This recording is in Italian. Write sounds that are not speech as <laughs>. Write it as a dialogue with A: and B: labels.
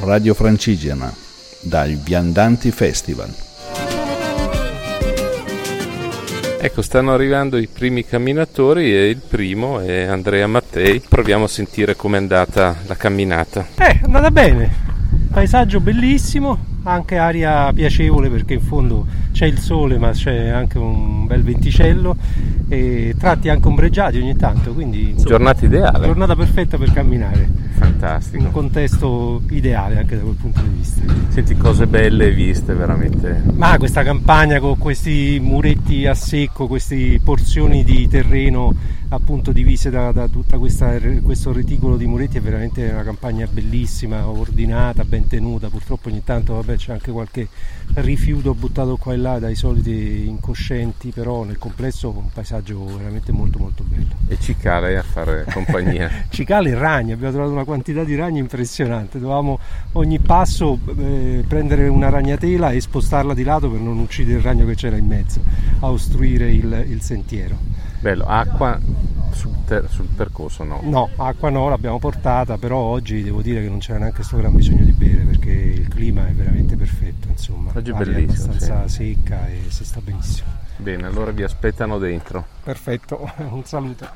A: Radio Francigena dal Viandanti Festival.
B: Ecco, stanno arrivando i primi camminatori e il primo è Andrea Mattei. Proviamo a sentire com'è andata la camminata.
C: Eh, è andata bene. Paesaggio bellissimo, anche aria piacevole perché in fondo c'è il sole ma c'è anche un bel venticello e tratti anche ombreggiati ogni tanto, quindi insomma,
B: Giornata ideale.
C: giornata perfetta per camminare, un
B: Fantastico.
C: contesto ideale anche da quel punto di vista.
B: Senti cose belle viste veramente.
C: Ma questa campagna con questi muretti a secco, queste porzioni di terreno appunto divise da, da tutto questo reticolo di muretti è veramente una campagna bellissima, ordinata, ben tenuta. Purtroppo ogni tanto vabbè, c'è anche qualche rifiuto buttato qua e là dai soliti incoscienti, però nel complesso un paesaggio veramente molto molto bello.
B: E cicale a <laughs> fare compagnia.
C: Cicale e ragni, abbiamo trovato una quantità di ragni impressionante, dovevamo ogni passo eh, prendere una ragnatela e spostarla di lato per non uccidere il ragno che c'era in mezzo, a ostruire il, il sentiero.
B: Bello, acqua sul, ter- sul percorso no.
C: No, acqua no, l'abbiamo portata, però oggi devo dire che non c'era neanche sto gran bisogno di bere perché il clima è veramente perfetto, insomma.
B: Oggi è
C: L'aria
B: bellissimo,
C: abbastanza secca e si sta benissimo.
B: Bene, allora vi aspettano dentro.
C: Perfetto, <laughs> un saluto.